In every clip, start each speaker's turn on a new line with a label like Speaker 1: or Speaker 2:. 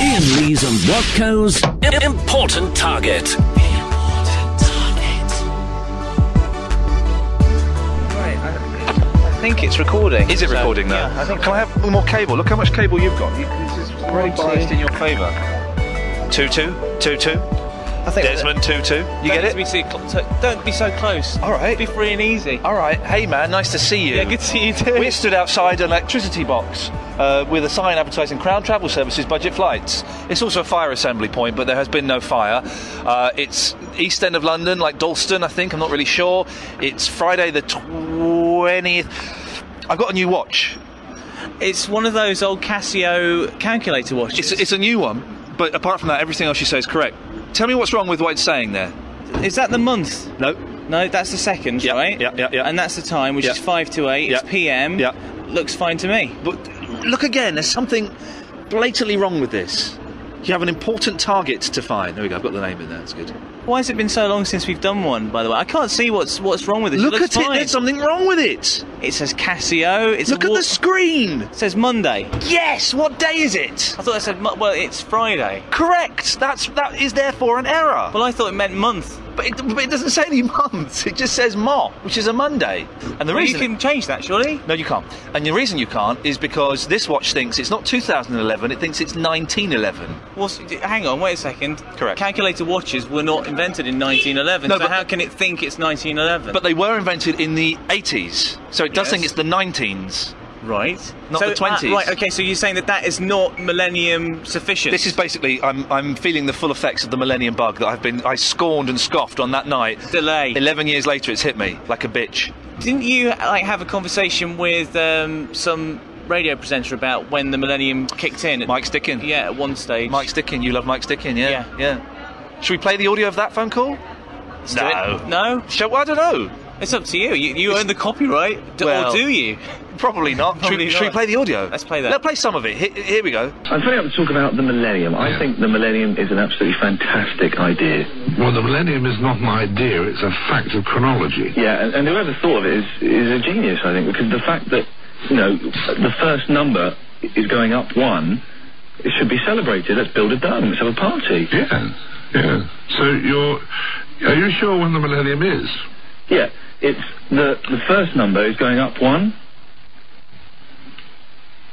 Speaker 1: Henleys and Watco's I- Important Target.
Speaker 2: Right, I, I think it's recording.
Speaker 3: Is it
Speaker 2: So,
Speaker 3: recording now?
Speaker 2: Yeah, I think
Speaker 3: Can I have more cable? Look how much cable you've got. You- This is very
Speaker 2: Forty.
Speaker 3: biased in your favour. Two two two two.
Speaker 2: I think
Speaker 3: Desmond two two. You
Speaker 2: don't
Speaker 3: get it?
Speaker 2: Be too cl- so- don't be so close.
Speaker 3: All right.
Speaker 2: Be free and easy.
Speaker 3: All right. Hey man, nice to see you.
Speaker 2: Yeah, good to see you too.
Speaker 3: We stood outside an electricity box uh, with a sign advertising Crown Travel Services budget flights. It's also a fire assembly point, but there has been no fire. Uh, it's east end of London, like Dalston, I think. I'm not really sure. It's Friday the 20th. I've got a new watch.
Speaker 2: It's one of those old Casio calculator watches.
Speaker 3: It's, it's a new one, but apart from that, everything else you say is correct. Tell me what's wrong with what it's saying there.
Speaker 2: Is that the month?
Speaker 3: No.
Speaker 2: No, that's the second,
Speaker 3: Yeah,
Speaker 2: right?
Speaker 3: yeah, yeah, yeah.
Speaker 2: And that's the time, which
Speaker 3: Yeah.
Speaker 2: is five to eight. It's
Speaker 3: Yeah.
Speaker 2: PM.
Speaker 3: Yeah.
Speaker 2: Looks fine to me.
Speaker 3: But look again, there's something blatantly wrong with this. You have an important target to find. There we go, I've got the name in there, that's good.
Speaker 2: Why has it been so long since we've done one? By the way, I can't see what's what's wrong with this.
Speaker 3: Look
Speaker 2: it
Speaker 3: at
Speaker 2: looks
Speaker 3: it,
Speaker 2: fine.
Speaker 3: there's something wrong with it.
Speaker 2: It says Casio. It's a
Speaker 3: Look at
Speaker 2: wa-
Speaker 3: the screen.
Speaker 2: It says Monday. I
Speaker 3: Yes, what day is it?
Speaker 2: thought it said, mo- well, it's Friday.
Speaker 3: Correct. That's that is therefore an error.
Speaker 2: Well, I thought it meant month.
Speaker 3: But it, but it doesn't say any months. It just says mo, which is a Monday. And the
Speaker 2: Well, you
Speaker 3: reason
Speaker 2: can change that, surely?
Speaker 3: No, you can't. And the reason you can't is because this watch thinks it's not 2011, it thinks it's 1911.
Speaker 2: Well, s- d- hang on, wait a second.
Speaker 3: Correct.
Speaker 2: Calculator watches were not invented in 1911,
Speaker 3: No,
Speaker 2: so
Speaker 3: but-
Speaker 2: how can it think it's 1911?
Speaker 3: But they were invented in the 80s, so it does
Speaker 2: Yes.
Speaker 3: think it's the 19s.
Speaker 2: right,
Speaker 3: Not
Speaker 2: so,
Speaker 3: the
Speaker 2: uh,
Speaker 3: 20s.
Speaker 2: right, okay. So you're saying that that is not millennium sufficient.
Speaker 3: This is basically, I'm, I'm feeling the full effects of the millennium bug that I've been, I scorned and scoffed on that night.
Speaker 2: delay.
Speaker 3: 11 years later, it's hit me like a bitch.
Speaker 2: Didn't you like have a conversation with um, some radio presenter about when the millennium kicked in?
Speaker 3: Mike Stickin.
Speaker 2: Yeah, at one stage.
Speaker 3: Mike Stickin, you love Mike Stickin, yeah?
Speaker 2: Yeah.
Speaker 3: Should we play the audio of that phone call?
Speaker 2: Do it. No,
Speaker 3: Shall, I don't know.
Speaker 2: it's up to you. You, you own the copyright, d-
Speaker 3: Well-
Speaker 2: or do you?
Speaker 3: Probably not. Should
Speaker 2: Probably
Speaker 3: we- should, we
Speaker 2: not.
Speaker 3: play the audio?
Speaker 2: Let's play that.
Speaker 3: Let's play some of it. Here, here we go.
Speaker 4: I'm very up to talk about the millennium. I think the millennium is an absolutely fantastic idea.
Speaker 5: Well, the millennium is not an idea, it's a fact of chronology.
Speaker 4: Yeah, and, and whoever thought of it is, is a genius, I think, because the fact that, you know, the first number is going up one, it should be celebrated. Let's build a dome. Let's have a party.
Speaker 5: Yeah, yeah. So you're. Are you sure when the millennium is?
Speaker 4: Yeah, it's the, the first number is going up one.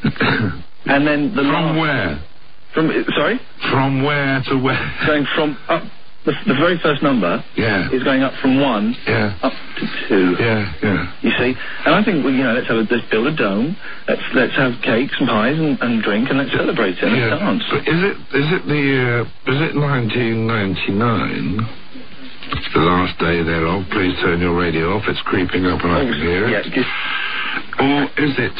Speaker 4: and then the
Speaker 5: From
Speaker 4: last,
Speaker 5: where?
Speaker 4: from sorry,
Speaker 5: From where to where?
Speaker 4: going from up the, the very first number
Speaker 5: Yeah.
Speaker 4: is going up from one
Speaker 5: Yeah.
Speaker 4: up to two.
Speaker 5: Yeah, yeah.
Speaker 4: You see, and I think well, you know, let's have a, let's build a dome, let's let's have cakes and pies and, and drink, and let's celebrate it and
Speaker 5: yeah.
Speaker 4: let's dance.
Speaker 5: But is it is it the uh, is it 1999? The last day thereof. Please turn your radio off. It's creeping up, and I can
Speaker 4: Oh,
Speaker 5: hear
Speaker 4: yeah,
Speaker 5: it.
Speaker 4: just,
Speaker 5: Or is it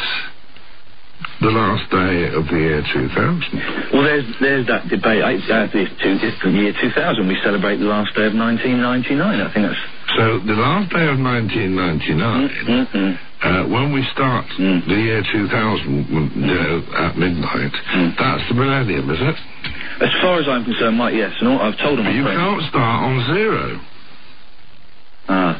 Speaker 5: the last day of the year 2000?
Speaker 4: well, there's there's that debate. I, it's, uh, it's, two, it's the year 2000. We celebrate the last day of 1999. I think that's.
Speaker 5: So the last day of 1999.
Speaker 4: Mm-mm.
Speaker 5: Uh, when we start
Speaker 4: Mm.
Speaker 5: the year 2000 w- you know, at midnight,
Speaker 4: Mm.
Speaker 5: that's the millennium, is it?
Speaker 4: As far as I'm concerned, Mike, yes, and all, I've told all my
Speaker 5: But you
Speaker 4: friends.
Speaker 5: can't start on zero.
Speaker 4: Ah,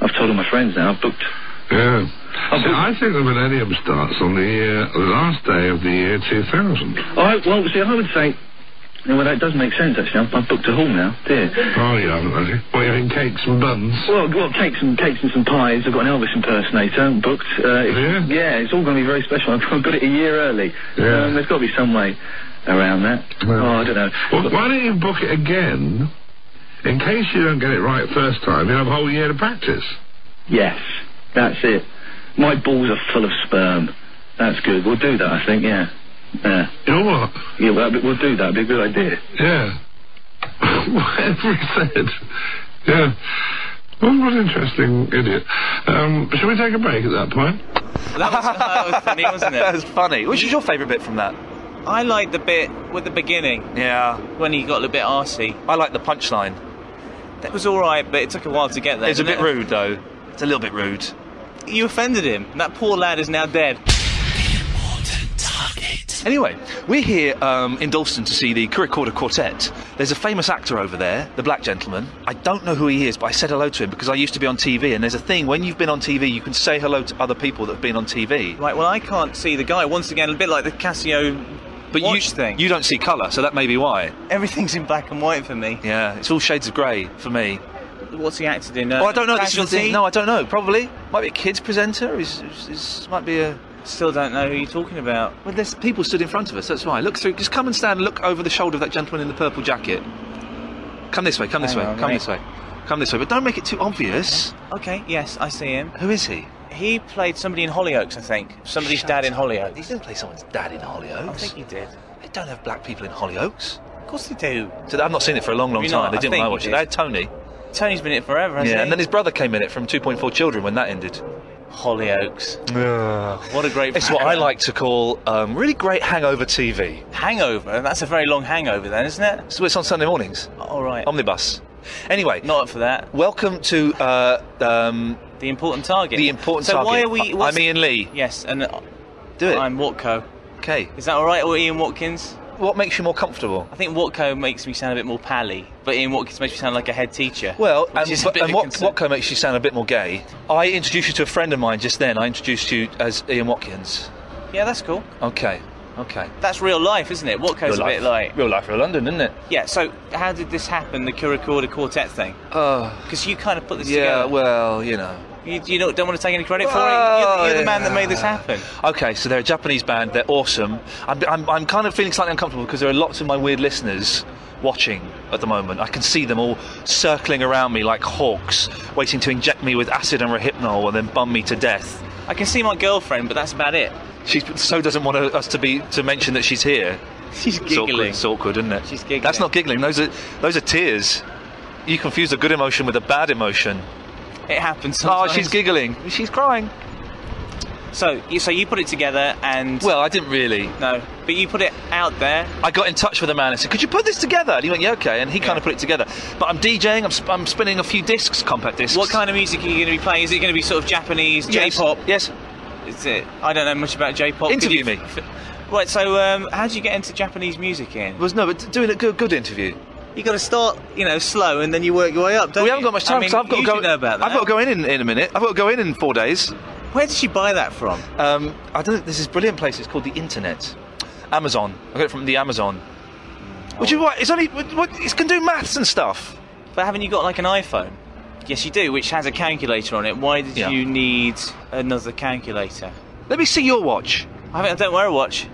Speaker 4: I've told all my friends now. I've booked.
Speaker 5: Yeah.
Speaker 4: Oh,
Speaker 5: See,
Speaker 4: but-
Speaker 5: I think the millennium starts on the year, the last day of the year 2000.
Speaker 4: I, well, see, I would say. No, well, that does make sense actually. I've, I've booked a hall now. Dear.
Speaker 5: Oh, you haven't, have you? Well, you're having cakes and buns.
Speaker 4: Well, well, cakes and cakes and some pies. I've got an Elvis impersonator booked. Uh, it's,
Speaker 5: Yeah?
Speaker 4: it's all going to be very special. I've got it a year early.
Speaker 5: Yeah.
Speaker 4: Um, there's got to be some way around that.
Speaker 5: Well-
Speaker 4: oh, I don't know.
Speaker 5: Well, why don't you book it again? In case you don't get it right first time, you have a whole year to practice.
Speaker 4: Yes, that's it. My balls are full of sperm. That's good. We'll do that. I think. Yeah. Yeah.
Speaker 5: You know what?
Speaker 4: Yeah. Well, that'd be- we'll do that. It'd be a good idea.
Speaker 5: Yeah. Whatever he said. Yeah. Well, what an interesting idiot. Um, shall we take a break at that point?
Speaker 2: That was, that was funny, wasn't it?
Speaker 3: that was funny. Which is your favourite bit from that?
Speaker 2: I liked the bit with the beginning
Speaker 3: Yeah.
Speaker 2: when he got a little bit arsy.
Speaker 3: I like the punchline.
Speaker 2: That was all right, but it took a while to get there.
Speaker 3: It's a bit
Speaker 2: didn't
Speaker 3: rude, though. It's a little bit rude.
Speaker 2: it? You offended him. That poor lad is now dead.
Speaker 3: Anyway, we're here um, in Dalston to see the Curricorda Quartet. There's a famous actor over there, the black gentleman. I don't know who he is, but I said hello to him because I used to be on TV, and there's a thing when you've been on TV, you can say hello to other people that have been on TV.
Speaker 2: Right, well, I can't see the guy. Once again, a bit like the Casio
Speaker 3: But you,
Speaker 2: watch thing.
Speaker 3: you don't see colour, so that may be why.
Speaker 2: Everything's in black and white for me.
Speaker 3: Yeah, it's all shades of grey for me.
Speaker 2: What's he acted in? Uh,
Speaker 3: oh, I don't know. This is the
Speaker 2: Casualty?
Speaker 3: thing. No, I don't know. Probably might be a kids presenter. Is is might be a.
Speaker 2: Still don't know who you're talking about.
Speaker 3: Well, there's people stood in front of us. That's why. Look through. Just come and stand. and Look over the shoulder of that gentleman in the purple jacket. Come this way. Come this
Speaker 2: Hang
Speaker 3: way.
Speaker 2: on,
Speaker 3: come
Speaker 2: mate.
Speaker 3: this way. Come this way. But don't make it too obvious.
Speaker 2: Okay, yes, I see him.
Speaker 3: Who is he?
Speaker 2: He played somebody in Hollyoaks, I think. Somebody's
Speaker 3: Shut
Speaker 2: dad in
Speaker 3: up. He
Speaker 2: Hollyoaks.
Speaker 3: didn't play someone's dad in Hollyoaks.
Speaker 2: I think he did.
Speaker 3: They don't have black people in Hollyoaks.
Speaker 2: Of course they do.
Speaker 3: So I've not seen it for a long, long
Speaker 2: Have you
Speaker 3: time.
Speaker 2: not?
Speaker 3: They
Speaker 2: I
Speaker 3: didn't
Speaker 2: think
Speaker 3: when I
Speaker 2: you
Speaker 3: watched it.
Speaker 2: did.
Speaker 3: They had Tony.
Speaker 2: Tony's been in it forever, hasn't
Speaker 3: yeah,
Speaker 2: he?
Speaker 3: and then his brother came in it from 2.4 Children when that ended.
Speaker 2: Hollyoaks. What a great.
Speaker 3: It's what I like to call um, really great hangover TV.
Speaker 2: Hangover. That's a very long hangover, then, isn't it?
Speaker 3: So it's on Sunday mornings.
Speaker 2: All right.
Speaker 3: Omnibus. Anyway,
Speaker 2: Not up for that.
Speaker 3: welcome to uh, um,
Speaker 2: The important target.
Speaker 3: the important
Speaker 2: so
Speaker 3: target.
Speaker 2: why are we?
Speaker 3: I-
Speaker 2: what's-
Speaker 3: I'm Ian Lee.
Speaker 2: Yes, and uh,
Speaker 3: Do it.
Speaker 2: I'm Watco.
Speaker 3: okay.
Speaker 2: Is that all right, or Ian Watkins?
Speaker 3: What makes you more comfortable?
Speaker 2: I think Watco makes me sound a bit more pally, but Ian Watkins makes me sound like a head teacher.
Speaker 3: Well,
Speaker 2: which
Speaker 3: and,
Speaker 2: is a
Speaker 3: but-
Speaker 2: bit
Speaker 3: and
Speaker 2: of a
Speaker 3: what,
Speaker 2: concern.
Speaker 3: Watco makes you sound a bit more gay. I introduced you to a friend of mine just then. I introduced you as Ian Watkins.
Speaker 2: Yeah, that's cool.
Speaker 3: Okay, okay.
Speaker 2: That's real life, isn't it? Watco's a bit like.
Speaker 3: real life, real London, isn't it?
Speaker 2: Yeah. So how did this happen? The Curacorda Quartet thing?
Speaker 3: Uh,
Speaker 2: Because you kind of put this
Speaker 3: yeah,
Speaker 2: together.
Speaker 3: well, you know.
Speaker 2: Oh, You, you don't, don't want to take any credit for it.
Speaker 3: Well,
Speaker 2: You're, you're the man that
Speaker 3: yeah.
Speaker 2: made this happen.
Speaker 3: Okay, so they're a Japanese band. They're awesome. I'm, I'm, I'm kind of feeling slightly uncomfortable because there are lots of my weird listeners watching at the moment. I can see them all circling around me like hawks, waiting to inject me with acid and rehypnol and then bum me to death.
Speaker 2: I can see my girlfriend, but that's about it.
Speaker 3: She so doesn't want us to be to mention that she's here.
Speaker 2: She's
Speaker 3: It's awkward,
Speaker 2: giggling.
Speaker 3: It's awkward, isn't it?
Speaker 2: She's giggling.
Speaker 3: That's not giggling. Those are those are tears. You confuse a good emotion with a bad emotion.
Speaker 2: It happens.
Speaker 3: Oh,
Speaker 2: Sometimes.
Speaker 3: she's giggling. She's crying.
Speaker 2: So, you- so you put it together, and
Speaker 3: Well, I didn't really.
Speaker 2: no, but you put it out there.
Speaker 3: I got in touch with a man and said, "Could you put this together?" And he went, "Yeah, okay." And he kind of put it together. But I'm DJing. I'm, sp- I'm spinning a few discs, compact discs.
Speaker 2: What kind of music are you going to be playing? Is it going to be sort of Japanese
Speaker 3: yes.
Speaker 2: J-pop?
Speaker 3: Yes.
Speaker 2: Is it? I don't know much about J-pop. Could
Speaker 3: Interview
Speaker 2: you-
Speaker 3: me.
Speaker 2: Right. So, um, how do you get into Japanese music? In
Speaker 3: Was no, but doing a good, good interview.
Speaker 2: you got to start, you know, slow, and then you work your way up. Don't you?
Speaker 3: we haven't got much time
Speaker 2: I mean,
Speaker 3: because I've got
Speaker 2: you
Speaker 3: to go.
Speaker 2: should know about that.
Speaker 3: I've got to go in, in in a minute. I've got to go in in four days.
Speaker 2: Where did she buy that from?
Speaker 3: Um, I don't. know, There's this brilliant place. It's called the Internet. Amazon. I got it from the Amazon. Which is what it's only. What, it can do maths and stuff.
Speaker 2: But haven't you got like an iPhone? Yes, you do, which has a calculator on it. Why did
Speaker 3: Yeah.
Speaker 2: you need another calculator?
Speaker 3: Let me see your watch.
Speaker 2: I, haven't, I don't wear a watch.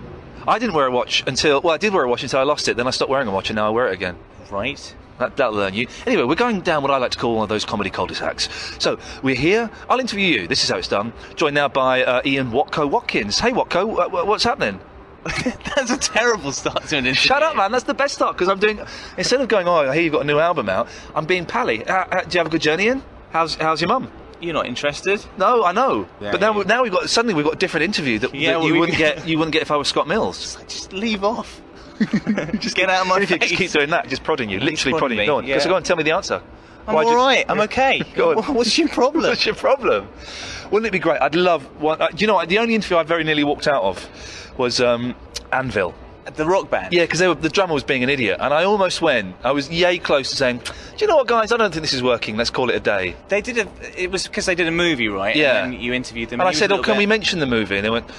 Speaker 3: I didn't wear a watch until. Well, I did wear a watch until I lost it. Then I stopped wearing a watch, and now I wear it again.
Speaker 2: Right.
Speaker 3: That, that'll learn you. Anyway, we're going down what I like to call one of those comedy cul-de-sacs. So we're here. I'll interview you. This is how it's done. Joined now by uh, Ian Watco Watkins. Hey, Watco, wh- wh- what's happening?
Speaker 2: That's a terrible start to an interview.
Speaker 3: Shut up, man. That's the best start because I'm doing. Instead of going, oh, I hear you've got a new album out. I'm being pally. Uh, uh, do you have a good journey in? How's how's your mum?
Speaker 2: You're not interested.
Speaker 3: No, I know.
Speaker 2: Yeah,
Speaker 3: but now
Speaker 2: yeah.
Speaker 3: we- now we've got suddenly we've got a different interview that,
Speaker 2: Yeah,
Speaker 3: that
Speaker 2: well,
Speaker 3: you
Speaker 2: we-
Speaker 3: wouldn't get you wouldn't get if I was Scott Mills.
Speaker 2: Just leave off. just get out of my
Speaker 3: If you
Speaker 2: face.
Speaker 3: just keep doing that, just prodding you, literally
Speaker 2: prodding
Speaker 3: prodding you.
Speaker 2: me,
Speaker 3: Go on.
Speaker 2: yeah.
Speaker 3: So go on, tell me the answer.
Speaker 2: I'm
Speaker 3: Why'd you-
Speaker 2: all right. I'm okay.
Speaker 3: Go on.
Speaker 2: What's your problem?
Speaker 3: What's your problem? Wouldn't it be great? I'd love one. Uh, do you know, what? the only interview I very nearly walked out of was um, Anvil.
Speaker 2: the rock band.
Speaker 3: Yeah, because the drummer was being an idiot, and I almost went. I was yay close to saying, "Do you know what, guys? I don't think this is working. Let's call it a day."
Speaker 2: They did a. It was because they did a movie, right?
Speaker 3: Yeah.
Speaker 2: And then you interviewed them.
Speaker 3: And I
Speaker 2: he was
Speaker 3: said,
Speaker 2: a
Speaker 3: "Oh,
Speaker 2: little
Speaker 3: can
Speaker 2: bit-
Speaker 3: we mention the movie?" And they went,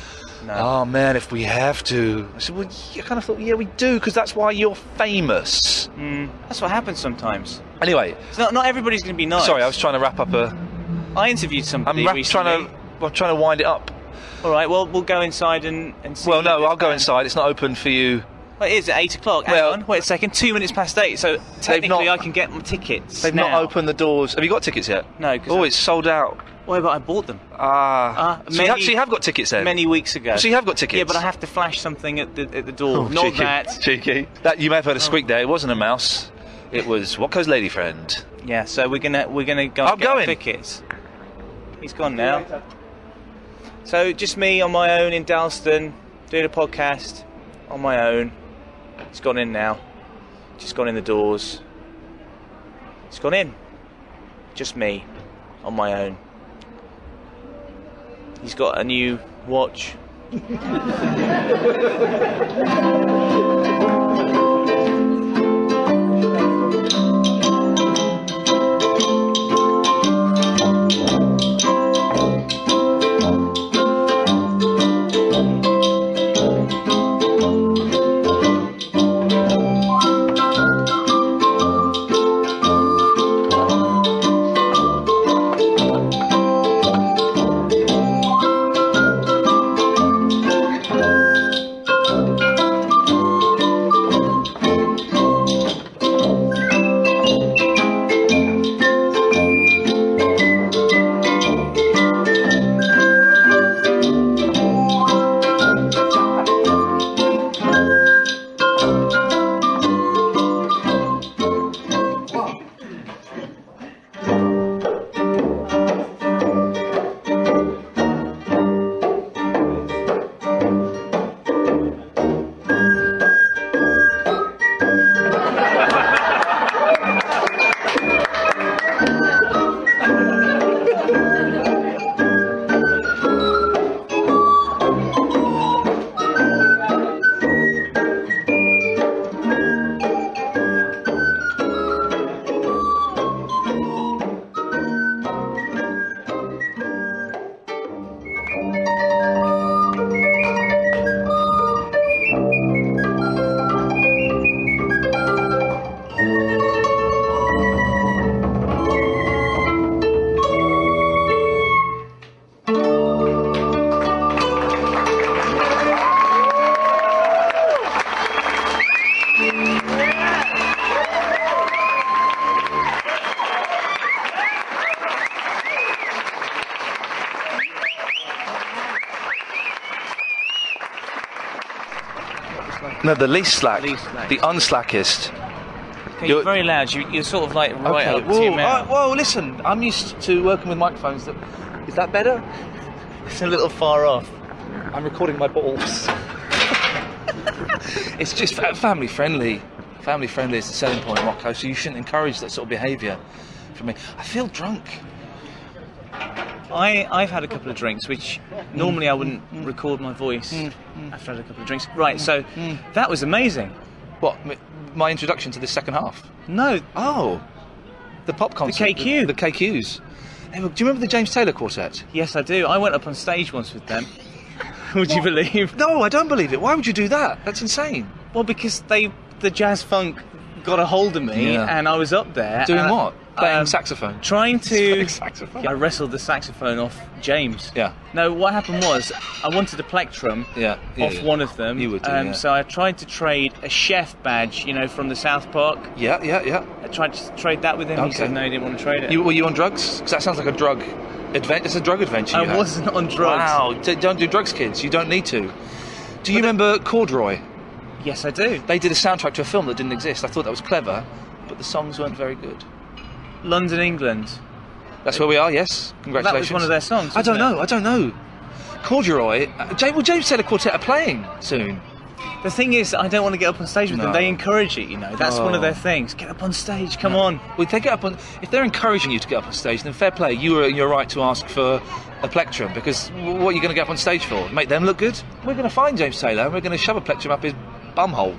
Speaker 3: "Oh man, if we have to." I said, "Well, y- I kind of thought, yeah, we do, because that's why you're famous."
Speaker 2: Mm. That's what happens sometimes.
Speaker 3: Anyway,
Speaker 2: It's not, not everybody's going to be nice.
Speaker 3: sorry, I was trying to wrap up a.
Speaker 2: I interviewed
Speaker 3: I'm
Speaker 2: somebody
Speaker 3: wrap-
Speaker 2: recently.
Speaker 3: trying to. I'm trying to wind it up.
Speaker 2: All right. Well, we'll go inside and, and see.
Speaker 3: Well, no,
Speaker 2: this
Speaker 3: I'll go
Speaker 2: band-
Speaker 3: inside. It's not open for you.
Speaker 2: Well, it is at eight o'clock. Hang
Speaker 3: Well-
Speaker 2: on. Wait a second. Two minutes past eight. So technically,
Speaker 3: not-
Speaker 2: I can get my tickets.
Speaker 3: They've
Speaker 2: now.
Speaker 3: not opened the doors. Have you got tickets yet?
Speaker 2: No, 'cause
Speaker 3: Oh,
Speaker 2: I-
Speaker 3: it's sold out.
Speaker 2: Well, but I bought them
Speaker 3: Ah.
Speaker 2: Ah,
Speaker 3: so you
Speaker 2: many-
Speaker 3: actually have got tickets then?
Speaker 2: many weeks ago.
Speaker 3: So you have got tickets?
Speaker 2: Yeah, but I have to flash something at the at the door.
Speaker 3: Oh,
Speaker 2: not
Speaker 3: cheeky.
Speaker 2: that.
Speaker 3: Cheeky. That, you may have heard a squeak there. It wasn't a mouse. It was Watco's lady friend.
Speaker 2: Yeah. So we're gonna we're gonna go.
Speaker 3: I'm
Speaker 2: and get our
Speaker 3: going.
Speaker 2: Tickets. He's gone now. So just me on my own in Dalston doing a podcast on my own. It's gone in now. Just gone in the doors. It's gone in. Just me on my own. He's got a new watch.
Speaker 3: No, the least slack.
Speaker 2: Least slack.
Speaker 3: The unslackest.
Speaker 2: Okay, you're
Speaker 3: You're-
Speaker 2: very loud. You, you're sort of like right
Speaker 3: okay.
Speaker 2: up to your
Speaker 3: Whoa, uh,
Speaker 2: mouth.
Speaker 3: whoa, listen. I'm used to working with microphones that. Is that better? It's a little far off. I'm recording my balls. it's just fa- family friendly. Family friendly is the selling point, Rocco, so you shouldn't encourage that sort of behaviour from me. I feel drunk.
Speaker 2: I, I've had a couple of drinks, which normally I wouldn't record my voice
Speaker 3: Mm,
Speaker 2: after I had a couple of drinks. Right, so that was amazing.
Speaker 3: What? m- My introduction to the second half?
Speaker 2: No,
Speaker 3: Oh. The pop concert.
Speaker 2: KQ.
Speaker 3: The, the KQs. They were- do you remember the James Taylor Quartet?
Speaker 2: yes, I do. I went up on stage once with them. Would you believe?
Speaker 3: No, I don't believe it. Why would you do that? That's insane.
Speaker 2: Well, because they the jazz funk got a hold of me,
Speaker 3: Yeah.
Speaker 2: and I was up there
Speaker 3: Doing
Speaker 2: and I-
Speaker 3: what? Playing
Speaker 2: um,
Speaker 3: saxophone.
Speaker 2: Trying to.
Speaker 3: Playing saxophone.
Speaker 2: I wrestled the saxophone off James.
Speaker 3: Yeah.
Speaker 2: No, what happened was I wanted a plectrum.
Speaker 3: Yeah, yeah,
Speaker 2: off
Speaker 3: yeah.
Speaker 2: one of them.
Speaker 3: You would do,
Speaker 2: um,
Speaker 3: yeah.
Speaker 2: So I tried to trade a chef badge, you know, from the South Park.
Speaker 3: Yeah, yeah, yeah.
Speaker 2: I tried to trade that with him. He
Speaker 3: Okay.
Speaker 2: said no, he didn't want to trade it.
Speaker 3: You, were you on drugs? 'Cause that sounds like a drug adventure. It's a drug adventure.
Speaker 2: I
Speaker 3: you had.
Speaker 2: wasn't on drugs.
Speaker 3: Wow. D- don't do drugs, kids. You don't need to. Do you remember Corduroy?
Speaker 2: Yes, I do.
Speaker 3: They did a soundtrack to a film that didn't exist. I thought that was clever, but the songs weren't very good.
Speaker 2: London, England.
Speaker 3: That's where we are. Yes. Congratulations.
Speaker 2: That was one of their songs.
Speaker 3: I don't
Speaker 2: wasn't
Speaker 3: know. I don't know. Corduroy. Uh, James, well, James Taylor Quartet are playing soon.
Speaker 2: it? The thing is, I don't want to get up on stage with them.
Speaker 3: No.
Speaker 2: They encourage it, you know. That's one
Speaker 3: Oh.
Speaker 2: of their things. Get up on stage. Come on.
Speaker 3: Well, if they get up on, if they're encouraging you to get up on stage, then fair play. You are in your right to ask for a plectrum because w- what are you going to get up on stage for? Make them look good? We're going to find James Taylor and we're going to shove a plectrum up his bumhole.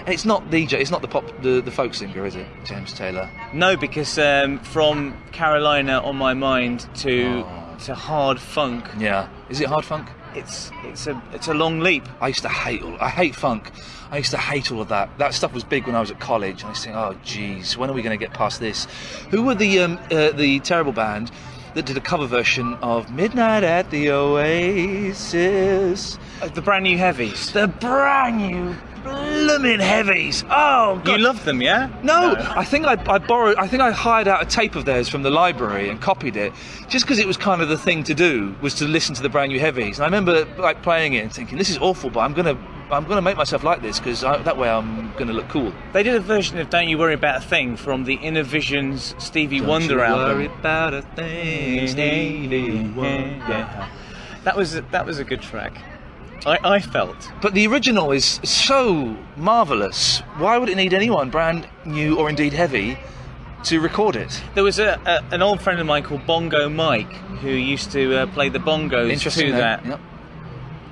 Speaker 3: And it's not the it's not the pop the, the folk singer, is it? James Taylor.
Speaker 2: No, because um, from Carolina on my mind to
Speaker 3: Oh.
Speaker 2: to hard funk,
Speaker 3: Yeah. Is it hard funk?
Speaker 2: it's it's a it's a long leap.
Speaker 3: I used to hate all. I hate funk. I used to hate all of that. That stuff was big when I was at college. And I used to think, oh, geez, when are we going to get past this? Who were the um, uh, the terrible band that did a cover version of "Midnight at the Oasis"?
Speaker 2: Uh, The brand new heavies.
Speaker 3: The brand new blooming heavies. Oh,
Speaker 2: You
Speaker 3: God.
Speaker 2: love them, yeah?
Speaker 3: No, I think I, I borrowed. I think I hired out a tape of theirs from the library and copied it, just because it was kind of the thing to do was to listen to the brand new heavies. And I remember like playing it and thinking, "This is awful," but I'm gonna, I'm gonna make myself like this because that way I'm gonna look cool.
Speaker 2: They did a version of "Don't You Worry About a Thing" from the Inner Visions Stevie Wonder album.
Speaker 3: about a thing,
Speaker 2: That was that was a good track. I, I felt
Speaker 3: But the original is so marvelous. Why would it need anyone brand new or indeed heavy to record it?
Speaker 2: there was a, a an old friend of mine called Bongo Mike who used to uh, play the bongos
Speaker 3: Interesting
Speaker 2: to
Speaker 3: though.
Speaker 2: that
Speaker 3: Yep.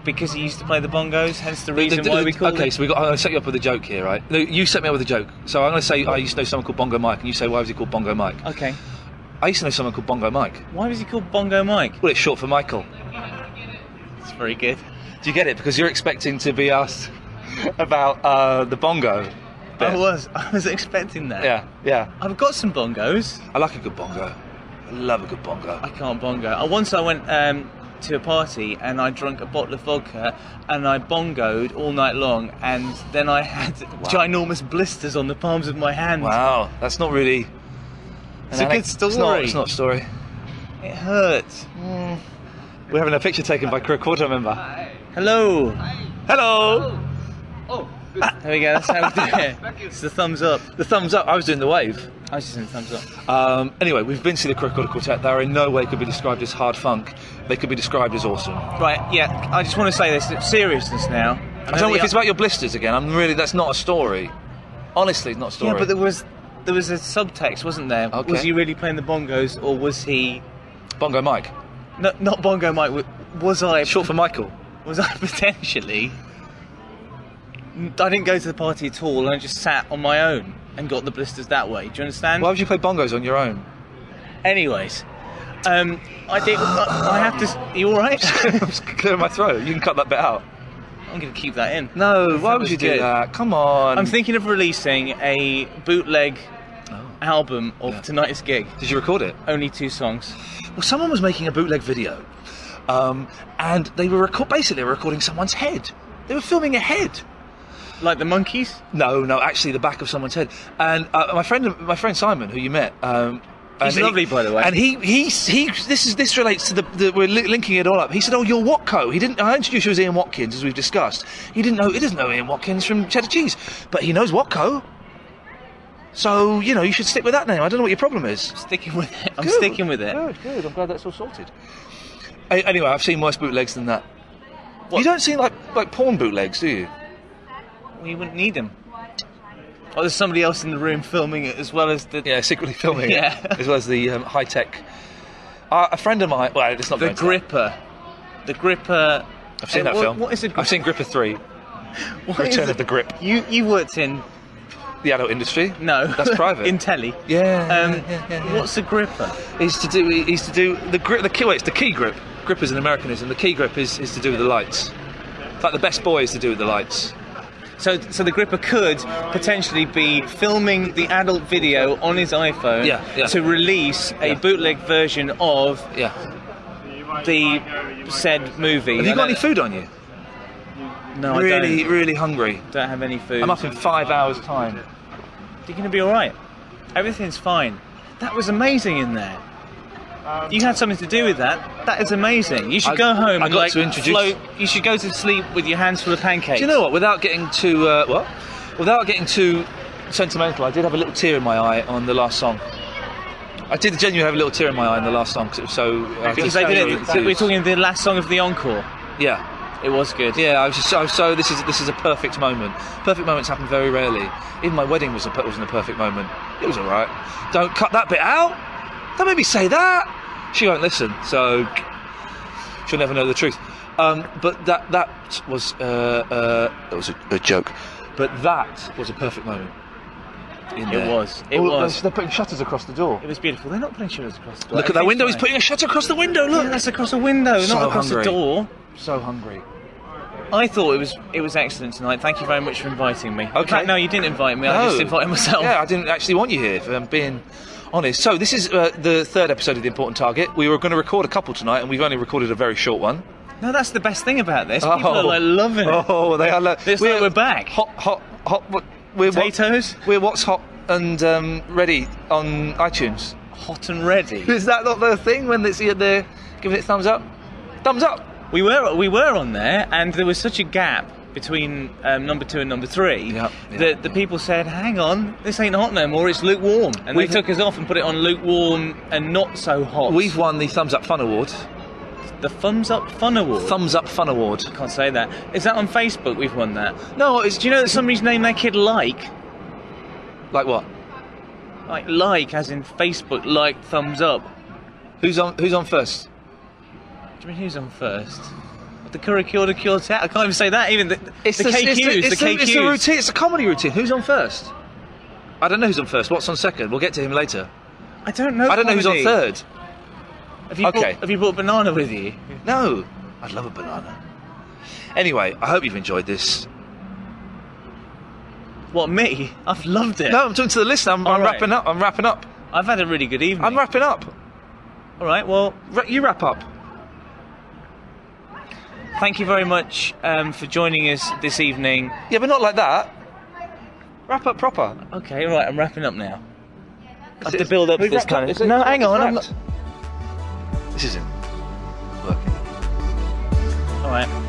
Speaker 2: because he used to play the bongos. Hence the
Speaker 3: The-
Speaker 2: reason
Speaker 3: the-
Speaker 2: why
Speaker 3: the-
Speaker 2: we called
Speaker 3: okay,
Speaker 2: it.
Speaker 3: so we got. I'm going to set you up with a joke here, right? No, you set me up with a joke. So I'm going to say I used to know someone called Bongo Mike, and you say why was he called Bongo Mike?
Speaker 2: Okay,
Speaker 3: I used to know someone called Bongo Mike.
Speaker 2: why was he called Bongo Mike?
Speaker 3: Well, it's short for Michael.
Speaker 2: It's very good.
Speaker 3: Do you get it? Because you're expecting to be asked about uh, the bongo. bit.
Speaker 2: I was I was expecting that.
Speaker 3: Yeah, yeah.
Speaker 2: I've got some bongos.
Speaker 3: I like a good bongo. I love a good bongo.
Speaker 2: I can't bongo. Uh, once I went um, to a party and I drank a bottle of vodka and I bongoed all night long and then I had ginormous blisters on the palms of my hands.
Speaker 3: Wow, that's not really. an
Speaker 2: It's a good
Speaker 3: anec- It's not,
Speaker 2: story.
Speaker 3: it's not a story.
Speaker 2: It hurt.
Speaker 3: We're having a picture taken by crew quarter member.
Speaker 2: Hello.
Speaker 3: Hello.
Speaker 2: There we go. That's how we do it. It's the thumbs up.
Speaker 3: The thumbs up. I was doing the wave.
Speaker 2: I was just doing thumbs up.
Speaker 3: Um, anyway, we've been to the Crocodile Quartet. They are in no way could be described as hard funk. They could be described as awesome.
Speaker 2: Right. Yeah. I just want to say this in seriousness now.
Speaker 3: I don't know if it's about your blisters again. I'm really that's not a story. Honestly, it's not a story.
Speaker 2: Yeah, but there was there was a subtext, wasn't there?
Speaker 3: Okay.
Speaker 2: Was he really playing the bongos or was he?
Speaker 3: Bongo Mike,
Speaker 2: No, not bongo, Mike. wa- Was I?
Speaker 3: short for Michael.
Speaker 2: was I potentially? I didn't go to the party at all, and I just sat on my own and got the blisters that way. Do you understand?
Speaker 3: Why would you play bongos on your own?
Speaker 2: anyways, um, I did. I, I have to. s- You all right?
Speaker 3: I'm just clearing my throat. You can cut that bit out.
Speaker 2: I'm going to keep that in.
Speaker 3: No, why
Speaker 2: that
Speaker 3: would
Speaker 2: was
Speaker 3: you do
Speaker 2: good.
Speaker 3: that? Come on.
Speaker 2: I'm thinking of releasing a bootleg
Speaker 3: Oh.
Speaker 2: album of tonight's gig.
Speaker 3: Did you record it?
Speaker 2: Only two songs.
Speaker 3: Well, someone was making a bootleg video, um, and they were reco- basically recording someone's head. They were filming a head.
Speaker 2: Like the monkeys?
Speaker 3: No, no, actually, the back of someone's head. And uh, my friend, my friend Simon, who you met. Um,
Speaker 2: He's
Speaker 3: and he-
Speaker 2: lovely, by the way.
Speaker 3: And he, he, he. This is this relates to the, the we're li- linking it all up. He said, "Oh, you're Watco." He didn't. I introduced you as Ian Watkins, as we've discussed. He didn't know. He doesn't know Ian Watkins from Cheddar Cheese, but he knows Watco. So you know, you should stick with that name. I don't know what your problem is.
Speaker 2: Sticking with it. I'm
Speaker 3: Good.
Speaker 2: sticking with it.
Speaker 3: Good, good. I'm glad that's all sorted. A- anyway, I've seen worse bootlegs than that. You don't see like like porn bootlegs, do you?
Speaker 2: We wouldn't need them. Oh, there's somebody else in the room filming it as well as the.
Speaker 3: Yeah, secretly filming. it,
Speaker 2: Yeah.
Speaker 3: as well as the um, high tech. Uh, a friend of mine. Well, it's not
Speaker 2: The
Speaker 3: going to-
Speaker 2: gripper. The gripper.
Speaker 3: I've seen
Speaker 2: Eh,
Speaker 3: that
Speaker 2: what-
Speaker 3: film.
Speaker 2: What is the gripper?
Speaker 3: I've seen Gripper Three,
Speaker 2: what is
Speaker 3: Return
Speaker 2: it?
Speaker 3: of the Grip,
Speaker 2: You you worked in
Speaker 3: the adult industry.
Speaker 2: no
Speaker 3: that's private.
Speaker 2: in telly. Um,
Speaker 3: yeah. yeah, yeah, yeah.
Speaker 2: what's the gripper?
Speaker 3: He's to do. He's to do the grip. The key. Well, it's the key grip. Grip is an Americanism. The key grip is, is to do with the lights. In fact, the best boy is to do with the lights.
Speaker 2: So so the gripper could potentially be filming the adult video on his iPhone
Speaker 3: Yeah, yeah.
Speaker 2: to release a
Speaker 3: Yeah.
Speaker 2: bootleg version of
Speaker 3: Yeah.
Speaker 2: the said movie.
Speaker 3: Have you
Speaker 2: I
Speaker 3: got
Speaker 2: don't-
Speaker 3: any food on you?
Speaker 2: No,
Speaker 3: really,
Speaker 2: I don't.
Speaker 3: really hungry.
Speaker 2: Don't have any food.
Speaker 3: I'm up in five hours' time.
Speaker 2: You're gonna be all right. Everything's fine. That was amazing in there. You had something to do with that. That is amazing. You should
Speaker 3: Um, I-
Speaker 2: go home
Speaker 3: I
Speaker 2: and
Speaker 3: got
Speaker 2: like
Speaker 3: to introduce-
Speaker 2: float. You should go to sleep with your hands full of pancakes.
Speaker 3: Do you know what? Without getting too uh, what? Without getting too sentimental, I did have a little tear in my eye on the last song. I did genuinely have a little tear in my eye on the last song because it was so. uh, I
Speaker 2: Because
Speaker 3: think-
Speaker 2: they did it. We're talking the last song of the encore.
Speaker 3: Yeah,
Speaker 2: It was good.
Speaker 3: yeah. I was just oh, so. so this is this is a perfect moment. Perfect moments happen very rarely. Even my wedding was a, per- wasn't a perfect moment. It was all right. Don't cut that bit out. Don't make me say that. She won't listen. So she'll never know the truth. Um, but that that was uh, uh, that was a, a joke. But that was a perfect moment. in
Speaker 2: It
Speaker 3: there.
Speaker 2: was. It
Speaker 3: Oh,
Speaker 2: was.
Speaker 3: They're, they're putting shutters across the door.
Speaker 2: It was beautiful. They're not putting shutters across the door.
Speaker 3: Look at that window. He's
Speaker 2: Everything's
Speaker 3: putting a shutter across the window.
Speaker 2: fine.
Speaker 3: Look.
Speaker 2: Yeah, That's across the window,
Speaker 3: So
Speaker 2: not across
Speaker 3: hungry.
Speaker 2: the door.
Speaker 3: so hungry.
Speaker 2: I thought it was it was excellent tonight. Thank you very much for inviting me. In
Speaker 3: Okay.
Speaker 2: fact, no, you didn't invite me. I
Speaker 3: No.
Speaker 2: just invited myself.
Speaker 3: Yeah, I didn't actually want you here, if I'm being honest. So, this is uh, the third episode of The Important Target. We were going to record a couple tonight, and we've only recorded a very short one.
Speaker 2: No, that's the best thing about this. People are like loving it.
Speaker 3: Oh, they are lo-
Speaker 2: It's like we're back.
Speaker 3: Hot, hot, hot. what- We're what-
Speaker 2: Potatoes,
Speaker 3: we're what's hot and um, ready on iTunes.
Speaker 2: hot and ready.
Speaker 3: Is that not the thing when it's they're giving it thumbs up? Thumbs up!
Speaker 2: We were we were on there, and there was such a gap between um, number two and number three
Speaker 3: Yep, yeah,
Speaker 2: that the
Speaker 3: yeah.
Speaker 2: people said, "Hang on, this ain't hot no more. It's lukewarm." And
Speaker 3: We've-
Speaker 2: they took us off and put it on lukewarm and not so hot.
Speaker 3: We've won the Thumbs Up Fun Award.
Speaker 2: the thumbs up fun award.
Speaker 3: Thumbs Up Fun Award.
Speaker 2: Can't say that. Is that on Facebook? We've won that.
Speaker 3: No, it's
Speaker 2: Do you know that somebody's named their kid like?
Speaker 3: like what?
Speaker 2: Like like, as in Facebook like thumbs up.
Speaker 3: Who's on? Who's on first?
Speaker 2: Do you mean who's on first? The Curricula Quartet. I can't even say that. Even the, the KQs.
Speaker 3: it's
Speaker 2: the
Speaker 3: a-
Speaker 2: KQs.
Speaker 3: it's a routine. It's a comedy routine. Who's on first? I don't know who's on first. What's on second? We'll get to him later.
Speaker 2: I don't know.
Speaker 3: I don't know who's on
Speaker 2: comedy.
Speaker 3: third.
Speaker 2: Have you,
Speaker 3: Okay.
Speaker 2: brought, have you brought a banana with you?
Speaker 3: No, I'd love a banana. Anyway, I hope you've enjoyed this.
Speaker 2: What me? I've loved it.
Speaker 3: No, I'm talking to the listener. I'm, I'm
Speaker 2: All right. Mm.
Speaker 3: wrapping up. I'm wrapping up.
Speaker 2: I've had a really good evening.
Speaker 3: I'm wrapping up.
Speaker 2: All right. Well,
Speaker 3: Ra- you wrap up.
Speaker 2: thank you very much um, for joining us this evening.
Speaker 3: Yeah, but not like that. Wrap up proper.
Speaker 2: Okay. All right. I'm wrapping up now. I have to
Speaker 3: It's-
Speaker 2: build up to
Speaker 3: we've
Speaker 2: this
Speaker 3: wrapped up.
Speaker 2: kind
Speaker 3: It's-
Speaker 2: of. No,
Speaker 3: it's-
Speaker 2: hang
Speaker 3: it's
Speaker 2: on. I'm
Speaker 3: wrapped.
Speaker 2: not-
Speaker 3: This isn't working.
Speaker 2: All right.